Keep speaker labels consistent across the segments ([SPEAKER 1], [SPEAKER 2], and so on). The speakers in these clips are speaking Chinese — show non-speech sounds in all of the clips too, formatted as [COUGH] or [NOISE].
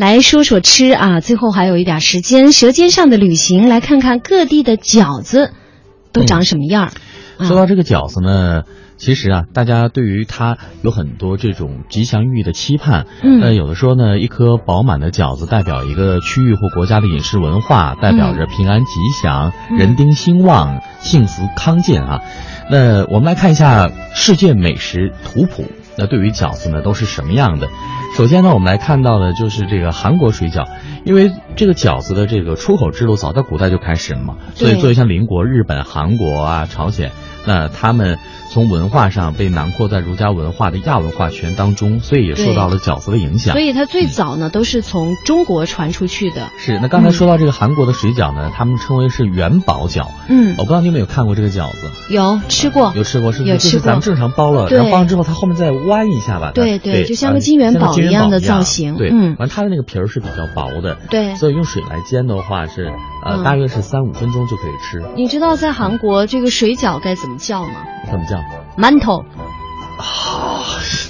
[SPEAKER 1] 来说说吃啊，最后还有一点时间，《舌尖上的旅行》来看看各地的饺子都长什么样儿。
[SPEAKER 2] 说到这个饺子呢，其实啊，大家对于它有很多这种吉祥寓意的期盼。
[SPEAKER 1] 嗯
[SPEAKER 2] 那有的说呢，一颗饱满的饺子代表一个区域或国家的饮食文化，代表着平安吉祥、
[SPEAKER 1] 嗯
[SPEAKER 2] 人丁兴旺、幸福康健啊。那我们来看一下世界美食图谱。那对于饺子呢，都是什么样的？首先呢，我们来看到的就是这个韩国水饺，因为这个饺子的这个出口之路早在古代就开始了嘛，所以
[SPEAKER 1] 对
[SPEAKER 2] 作为像邻国日本、韩国啊、朝鲜，那他们从文化上被囊括在儒家文化的亚文化圈当中，所以也受到了饺子的影响
[SPEAKER 1] 所。以它最早呢都是从中国传出去的。
[SPEAKER 2] 是，那刚才说到这个韩国的水饺呢，他们称为是元宝饺。
[SPEAKER 1] 嗯
[SPEAKER 2] 我，不知道你们有看过这个饺子，
[SPEAKER 1] 有吃过
[SPEAKER 2] 哦有。吃过是不
[SPEAKER 1] 有
[SPEAKER 2] 是？
[SPEAKER 1] 吃
[SPEAKER 2] 就是咱们
[SPEAKER 1] 过
[SPEAKER 2] 正常包了，
[SPEAKER 1] 对
[SPEAKER 2] 然后包完之后它后面再弯一下吧。
[SPEAKER 1] 对
[SPEAKER 2] 对
[SPEAKER 1] 对，就像个
[SPEAKER 2] 呃
[SPEAKER 1] 金元
[SPEAKER 2] 像个
[SPEAKER 1] 宝
[SPEAKER 2] 金
[SPEAKER 1] 一样
[SPEAKER 2] 宝
[SPEAKER 1] 的造型
[SPEAKER 2] 对，
[SPEAKER 1] 嗯
[SPEAKER 2] 完它的那个皮儿是比较薄的，
[SPEAKER 1] 对，
[SPEAKER 2] 所以用水来煎的话是
[SPEAKER 1] 嗯
[SPEAKER 2] 呃大约是三五分钟就可以吃。
[SPEAKER 1] 你知道在韩国这个水饺该怎么叫吗？
[SPEAKER 2] 怎么叫？
[SPEAKER 1] 馒头，
[SPEAKER 2] 啊，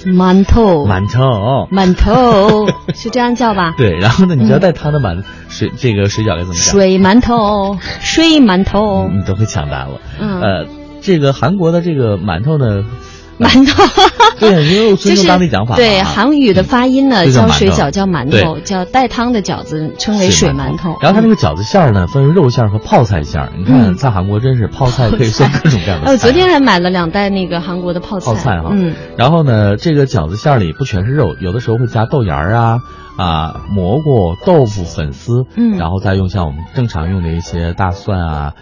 [SPEAKER 1] 馒头，
[SPEAKER 2] 馒头。
[SPEAKER 1] 馒头是这样叫吧？
[SPEAKER 2] [LAUGHS] 对，然后呢，你知道带汤的馒水这个水饺该怎么讲？
[SPEAKER 1] 水馒头，水馒头，
[SPEAKER 2] 你你都会抢答了。
[SPEAKER 1] 嗯
[SPEAKER 2] 呃，这个韩国的这个馒头呢，
[SPEAKER 1] 馒头。 [LAUGHS]
[SPEAKER 2] 对，因为我
[SPEAKER 1] 就
[SPEAKER 2] 尊
[SPEAKER 1] 是
[SPEAKER 2] 重当地讲法嘛、
[SPEAKER 1] 对韩语的发音呢，
[SPEAKER 2] 就叫
[SPEAKER 1] 叫
[SPEAKER 2] 馒头
[SPEAKER 1] 水饺叫馒头，
[SPEAKER 2] 对
[SPEAKER 1] 叫带汤的饺子称为水馒头。
[SPEAKER 2] 然后它那
[SPEAKER 1] 个，
[SPEAKER 2] 个饺子馅儿呢，分肉馅儿和泡菜馅儿。你看，
[SPEAKER 1] 嗯
[SPEAKER 2] 在韩国真是泡菜可以做各种各样的
[SPEAKER 1] [LAUGHS]
[SPEAKER 2] 菜。
[SPEAKER 1] 哎，我昨天还买了两袋那个韩国的泡菜。
[SPEAKER 2] 泡菜啊哈
[SPEAKER 1] 嗯，
[SPEAKER 2] 然后呢，这个饺子馅儿里不全是肉，有的时候会加豆芽儿啊啊蘑菇、豆腐、粉丝，
[SPEAKER 1] 嗯
[SPEAKER 2] 然后再用像我们正常用的一些大蒜啊，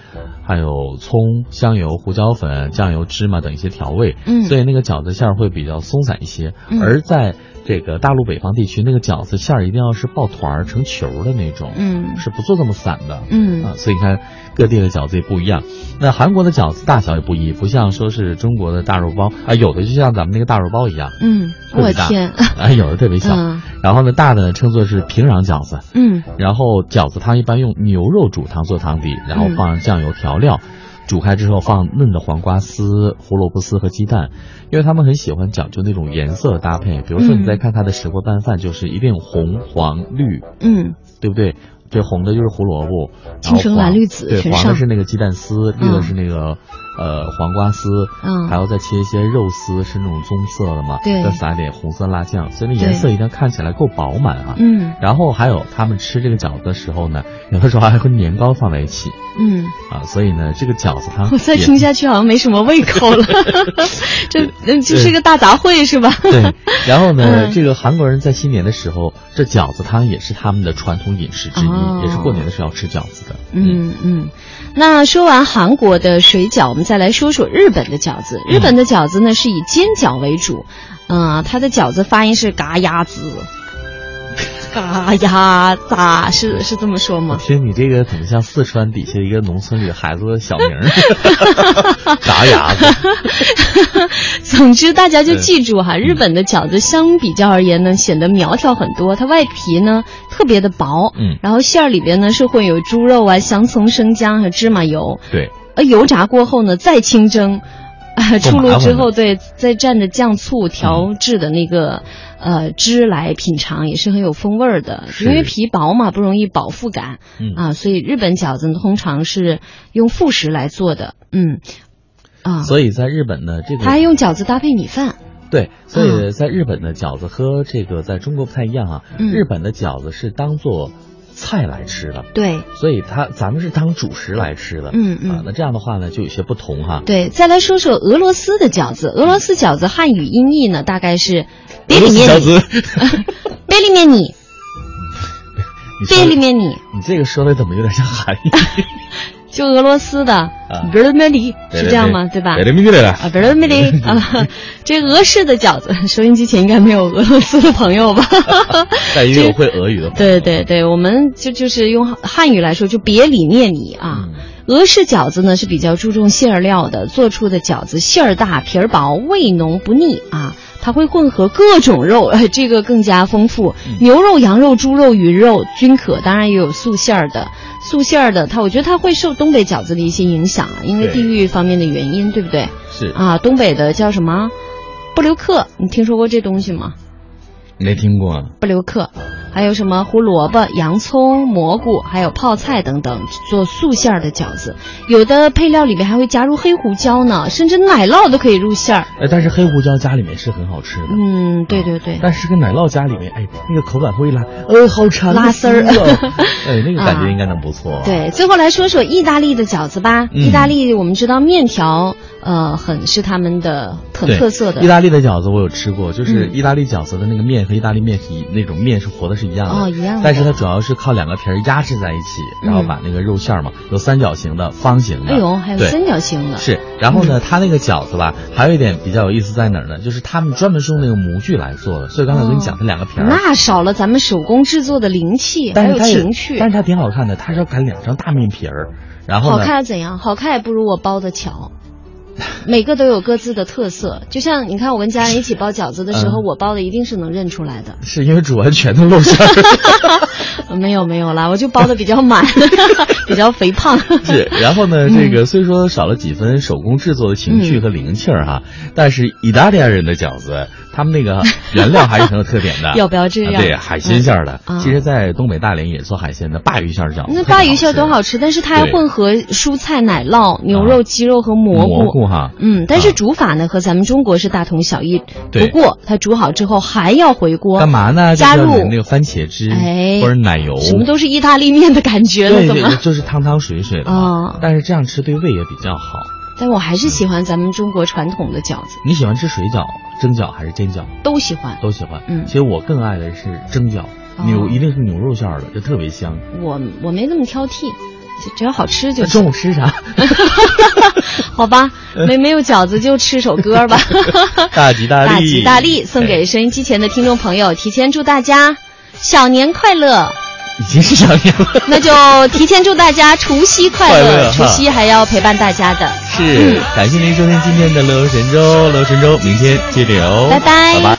[SPEAKER 2] 还有葱、香油、胡椒粉、酱油、芝麻等一些调味，
[SPEAKER 1] 嗯
[SPEAKER 2] 所以那个饺子馅儿会比较松散一些。
[SPEAKER 1] 嗯
[SPEAKER 2] 而在这个大陆北方地区，那个饺子馅儿一定要是抱团儿成球儿的那种，
[SPEAKER 1] 嗯
[SPEAKER 2] 是不做这么散的，啊
[SPEAKER 1] 嗯，，
[SPEAKER 2] 所以你看各地的饺子也不一样。那韩国的饺子大小也不一，不像说是中国的大肉包啊，有的就像咱们那个大肉包一样，
[SPEAKER 1] 嗯，
[SPEAKER 2] 特
[SPEAKER 1] 我
[SPEAKER 2] 别大
[SPEAKER 1] 天，
[SPEAKER 2] 啊，有的特别小。
[SPEAKER 1] 嗯
[SPEAKER 2] 然后呢，大的称作是平壤饺子，
[SPEAKER 1] 嗯
[SPEAKER 2] 然后饺子汤一般用牛肉煮汤做汤底，然
[SPEAKER 1] 嗯
[SPEAKER 2] 后放上酱油调料。煮开之后放嫩的黄瓜丝、胡萝卜丝和鸡蛋，因为他们很喜欢讲究那种颜色的搭配。比如说
[SPEAKER 1] 嗯
[SPEAKER 2] 你再看它的石锅拌饭，就是一定红、黄、绿，
[SPEAKER 1] 嗯，
[SPEAKER 2] 对不对？这红的就是胡萝卜，
[SPEAKER 1] 青
[SPEAKER 2] 然后
[SPEAKER 1] 橙蓝
[SPEAKER 2] 黄
[SPEAKER 1] 绿紫
[SPEAKER 2] 对，
[SPEAKER 1] 全
[SPEAKER 2] 黄的
[SPEAKER 1] 上
[SPEAKER 2] 是那个鸡蛋丝，绿的是那个呃黄瓜丝，
[SPEAKER 1] 嗯
[SPEAKER 2] 还要再切一些肉丝，是那种棕色的嘛，
[SPEAKER 1] 对
[SPEAKER 2] 再撒一点红色辣酱，所以那颜色一定要看起来够饱满啊。
[SPEAKER 1] 嗯
[SPEAKER 2] 然后还有他们吃这个饺子的时候呢， [LAUGHS] 有的时候还和年糕放在一起
[SPEAKER 1] 嗯，
[SPEAKER 2] 啊，所以呢，这个饺子它
[SPEAKER 1] 我再
[SPEAKER 2] 啊也
[SPEAKER 1] 听下去好像没什么胃口了， [LAUGHS] 这嗯这是个大杂烩是吧？
[SPEAKER 2] [LAUGHS] 对，然后呢，
[SPEAKER 1] [LAUGHS] 嗯
[SPEAKER 2] 这个韩国人在新年的时候，这饺子汤也是他们的传统饮食之一，
[SPEAKER 1] 哦
[SPEAKER 2] 也是过年的时候要吃饺子的。
[SPEAKER 1] 嗯嗯，那说完韩国的水饺，我们再来说说日本的饺子。日本的饺子呢是以煎饺为主，嗯、它的饺子发音是嘎呀子，嘎呀咋是是这么说
[SPEAKER 2] 我
[SPEAKER 1] 吗？ [LAUGHS]
[SPEAKER 2] 听你这个怎么像四川底下一个农村里孩子的小名儿？
[SPEAKER 1] [LAUGHS]
[SPEAKER 2] [LAUGHS] 嘎牙子，
[SPEAKER 1] 总之，大家就
[SPEAKER 2] 对
[SPEAKER 1] 记住哈，日本的饺子相比较而言呢，显得苗条很多，它外皮呢特别的薄，
[SPEAKER 2] 嗯，
[SPEAKER 1] 然后馅儿里边呢是会有猪肉啊、洋葱、生姜和芝麻油，
[SPEAKER 2] 对，
[SPEAKER 1] 呃，油炸过后呢，再清蒸， [LAUGHS] 啊，出
[SPEAKER 2] 麻
[SPEAKER 1] 炉
[SPEAKER 2] 烦
[SPEAKER 1] 之
[SPEAKER 2] 了
[SPEAKER 1] 后，对，再蘸着酱醋调制的那个、呃汁来品尝，也是很有风味儿的。因为
[SPEAKER 2] 是
[SPEAKER 1] 皮薄嘛，不容易饱腹感
[SPEAKER 2] 嗯
[SPEAKER 1] 啊，所以日本饺子呢通常是用副食来做的，嗯，啊，
[SPEAKER 2] 所以在日本呢，这个
[SPEAKER 1] 他还用饺子搭配米饭，
[SPEAKER 2] 对，所以在日本的饺子和这个在中国不太一样啊，
[SPEAKER 1] 嗯
[SPEAKER 2] 日本的饺子是当做菜来吃的，
[SPEAKER 1] 对，
[SPEAKER 2] 所以它咱们是当主食来吃的，
[SPEAKER 1] 嗯
[SPEAKER 2] 啊
[SPEAKER 1] 嗯，。
[SPEAKER 2] 那这样的话呢，就有些不同哈。
[SPEAKER 1] 对，再来说说俄罗斯的饺子。俄罗斯饺子汉语音译呢，大概是“别
[SPEAKER 2] 俄罗
[SPEAKER 1] 里
[SPEAKER 2] 斯
[SPEAKER 1] 面
[SPEAKER 2] 饺
[SPEAKER 1] 你，
[SPEAKER 2] 子，
[SPEAKER 1] [LAUGHS] 别里面你，
[SPEAKER 2] 你
[SPEAKER 1] 别
[SPEAKER 2] 说
[SPEAKER 1] 里面你”，
[SPEAKER 2] 你这个说的怎么有点像韩语？
[SPEAKER 1] 就俄罗斯的 b e r m e l i [LAUGHS] 是这样吗？对吧？
[SPEAKER 2] 对对对，
[SPEAKER 1] 啊 b e r m e l i 啊，这俄式的饺子，收音机前应该没有俄罗斯的朋友吧？ [LAUGHS]
[SPEAKER 2] 但因为我会俄语的朋友，
[SPEAKER 1] 对对对，我们就就是用汉语来说，就别理念你啊。
[SPEAKER 2] 嗯
[SPEAKER 1] 俄式饺子呢是比较注重馅儿料的，做出的饺子馅儿大、皮儿薄、味浓不腻啊。它会混合各种肉， [LAUGHS] 呃这个更加丰富，牛肉、羊肉、猪肉、鱼肉均可，当然也有素馅儿的。素馅儿的，它我觉得它会受东北饺子的一些影响啊，因为地
[SPEAKER 2] 对
[SPEAKER 1] 域方面的原因，对不对？
[SPEAKER 2] 是
[SPEAKER 1] 啊，东北的叫什么？布留克，你听说过这东西吗？
[SPEAKER 2] 没听过。
[SPEAKER 1] 布留克，还有什么胡萝卜、洋葱、蘑菇，还有泡菜等等，做素馅儿的饺子。有的配料里面还会加入黑胡椒呢，甚至奶酪都可以入馅儿。
[SPEAKER 2] 哎，但是黑胡椒加里面是很好吃的。
[SPEAKER 1] 嗯，对对对，
[SPEAKER 2] 但是跟奶酪加里面，哎，那个口感会拉，呃，好馋的
[SPEAKER 1] 拉丝儿 [LAUGHS]
[SPEAKER 2] 心啊哎，那个感觉应该能不错。，啊
[SPEAKER 1] 对，最后来说说意大利的饺子吧。
[SPEAKER 2] 嗯
[SPEAKER 1] 意大利我们知道面条，呃，很是他们的很
[SPEAKER 2] 对
[SPEAKER 1] 特色
[SPEAKER 2] 意
[SPEAKER 1] 的。
[SPEAKER 2] 大利的饺子我有吃过，就是
[SPEAKER 1] 嗯
[SPEAKER 2] 意大利饺子的那个面和意大利面是一那种面是和的是一样的，
[SPEAKER 1] 哦一样的
[SPEAKER 2] 但是它主要是靠两个皮儿压制在一起，然后
[SPEAKER 1] 嗯
[SPEAKER 2] 把那个肉馅儿嘛，有三角形的、方形的，
[SPEAKER 1] 哎呦，还有
[SPEAKER 2] 对
[SPEAKER 1] 三角形的，嗯
[SPEAKER 2] 是，然后呢，它那个饺子吧，还有一点比较有意思在哪儿呢？就是他们专门是用那个模具来做的，所以刚才我跟你讲，
[SPEAKER 1] 哦
[SPEAKER 2] 它两个皮儿，
[SPEAKER 1] 那少了咱们手工制作的灵气，还
[SPEAKER 2] 但是
[SPEAKER 1] 有
[SPEAKER 2] 它也
[SPEAKER 1] 情趣
[SPEAKER 2] 但。是它挺好看的，它是要擀两张大面皮儿，然后
[SPEAKER 1] 好
[SPEAKER 2] 呢，
[SPEAKER 1] 看又怎样？好看也不如我包的巧。 [LAUGHS] 每个都有各自的特色，就像你看，我跟家人一起包饺子的时候，
[SPEAKER 2] 嗯
[SPEAKER 1] 我包的一定是能认出来的。 [LAUGHS]
[SPEAKER 2] 是因为煮完全都露馅儿。
[SPEAKER 1] 没有没有啦，我就包的比较满， [LAUGHS] 比较肥胖。 [LAUGHS]
[SPEAKER 2] 是，然后呢，这个虽说少了几分手工制作的情趣
[SPEAKER 1] 嗯，
[SPEAKER 2] 和灵气儿哈，但是意大利人的饺子，他们那个原料还是很有特点的
[SPEAKER 1] 要不要这样
[SPEAKER 2] 啊对，海鲜馅儿的。
[SPEAKER 1] 嗯啊
[SPEAKER 2] 其实，在东北大连也做海鲜的鲅鱼馅儿饺子，
[SPEAKER 1] 那
[SPEAKER 2] 特别
[SPEAKER 1] 鲅鱼馅儿多好
[SPEAKER 2] 吃，
[SPEAKER 1] 吃，但是它还
[SPEAKER 2] 对啊
[SPEAKER 1] 混合蔬菜、奶酪、牛肉、鸡肉和蘑菇。
[SPEAKER 2] 蘑菇哈。
[SPEAKER 1] 嗯，但是煮法呢和咱们中国是大同小异，不
[SPEAKER 2] 对
[SPEAKER 1] 过它煮好之后还要回锅，
[SPEAKER 2] 干嘛呢？
[SPEAKER 1] 加
[SPEAKER 2] 就是
[SPEAKER 1] 入
[SPEAKER 2] 那个番茄汁，
[SPEAKER 1] 哎
[SPEAKER 2] 或者奶油，
[SPEAKER 1] 什么都是意大利面的感觉了，
[SPEAKER 2] 对
[SPEAKER 1] 怎
[SPEAKER 2] 对，
[SPEAKER 1] 么？
[SPEAKER 2] 就是汤汤水水的嘛。
[SPEAKER 1] 哦
[SPEAKER 2] 但是这样吃对胃也比较好。
[SPEAKER 1] 但我还是喜欢咱们中国传统的饺子，
[SPEAKER 2] 你喜欢吃水饺、蒸饺还是煎饺？
[SPEAKER 1] 都喜欢。
[SPEAKER 2] 都喜欢。
[SPEAKER 1] 嗯
[SPEAKER 2] 其实我更爱的是蒸饺，
[SPEAKER 1] 哦
[SPEAKER 2] 牛一定是牛肉馅儿的，就特别香。
[SPEAKER 1] 我我没那么挑剔，只只要好吃就
[SPEAKER 2] 那 [LAUGHS]
[SPEAKER 1] 行。 [LAUGHS]
[SPEAKER 2] 中午吃啥？
[SPEAKER 1] 好吧，没没有饺子就吃首歌吧。
[SPEAKER 2] 大吉 [LAUGHS] 大利，哎
[SPEAKER 1] 大吉大利！送给收音机前的听众朋友，提前祝大家小年快乐。
[SPEAKER 2] 哎已经是小年
[SPEAKER 1] [LAUGHS]
[SPEAKER 2] 了。
[SPEAKER 1] 那就提前祝大家除夕快乐，
[SPEAKER 2] 快乐
[SPEAKER 1] 除
[SPEAKER 2] 哈
[SPEAKER 1] 夕还要陪伴大家的，
[SPEAKER 2] 是，感谢您收听今天的乐游神州，乐游神州，明天接着哦，
[SPEAKER 1] 拜拜
[SPEAKER 2] 拜拜。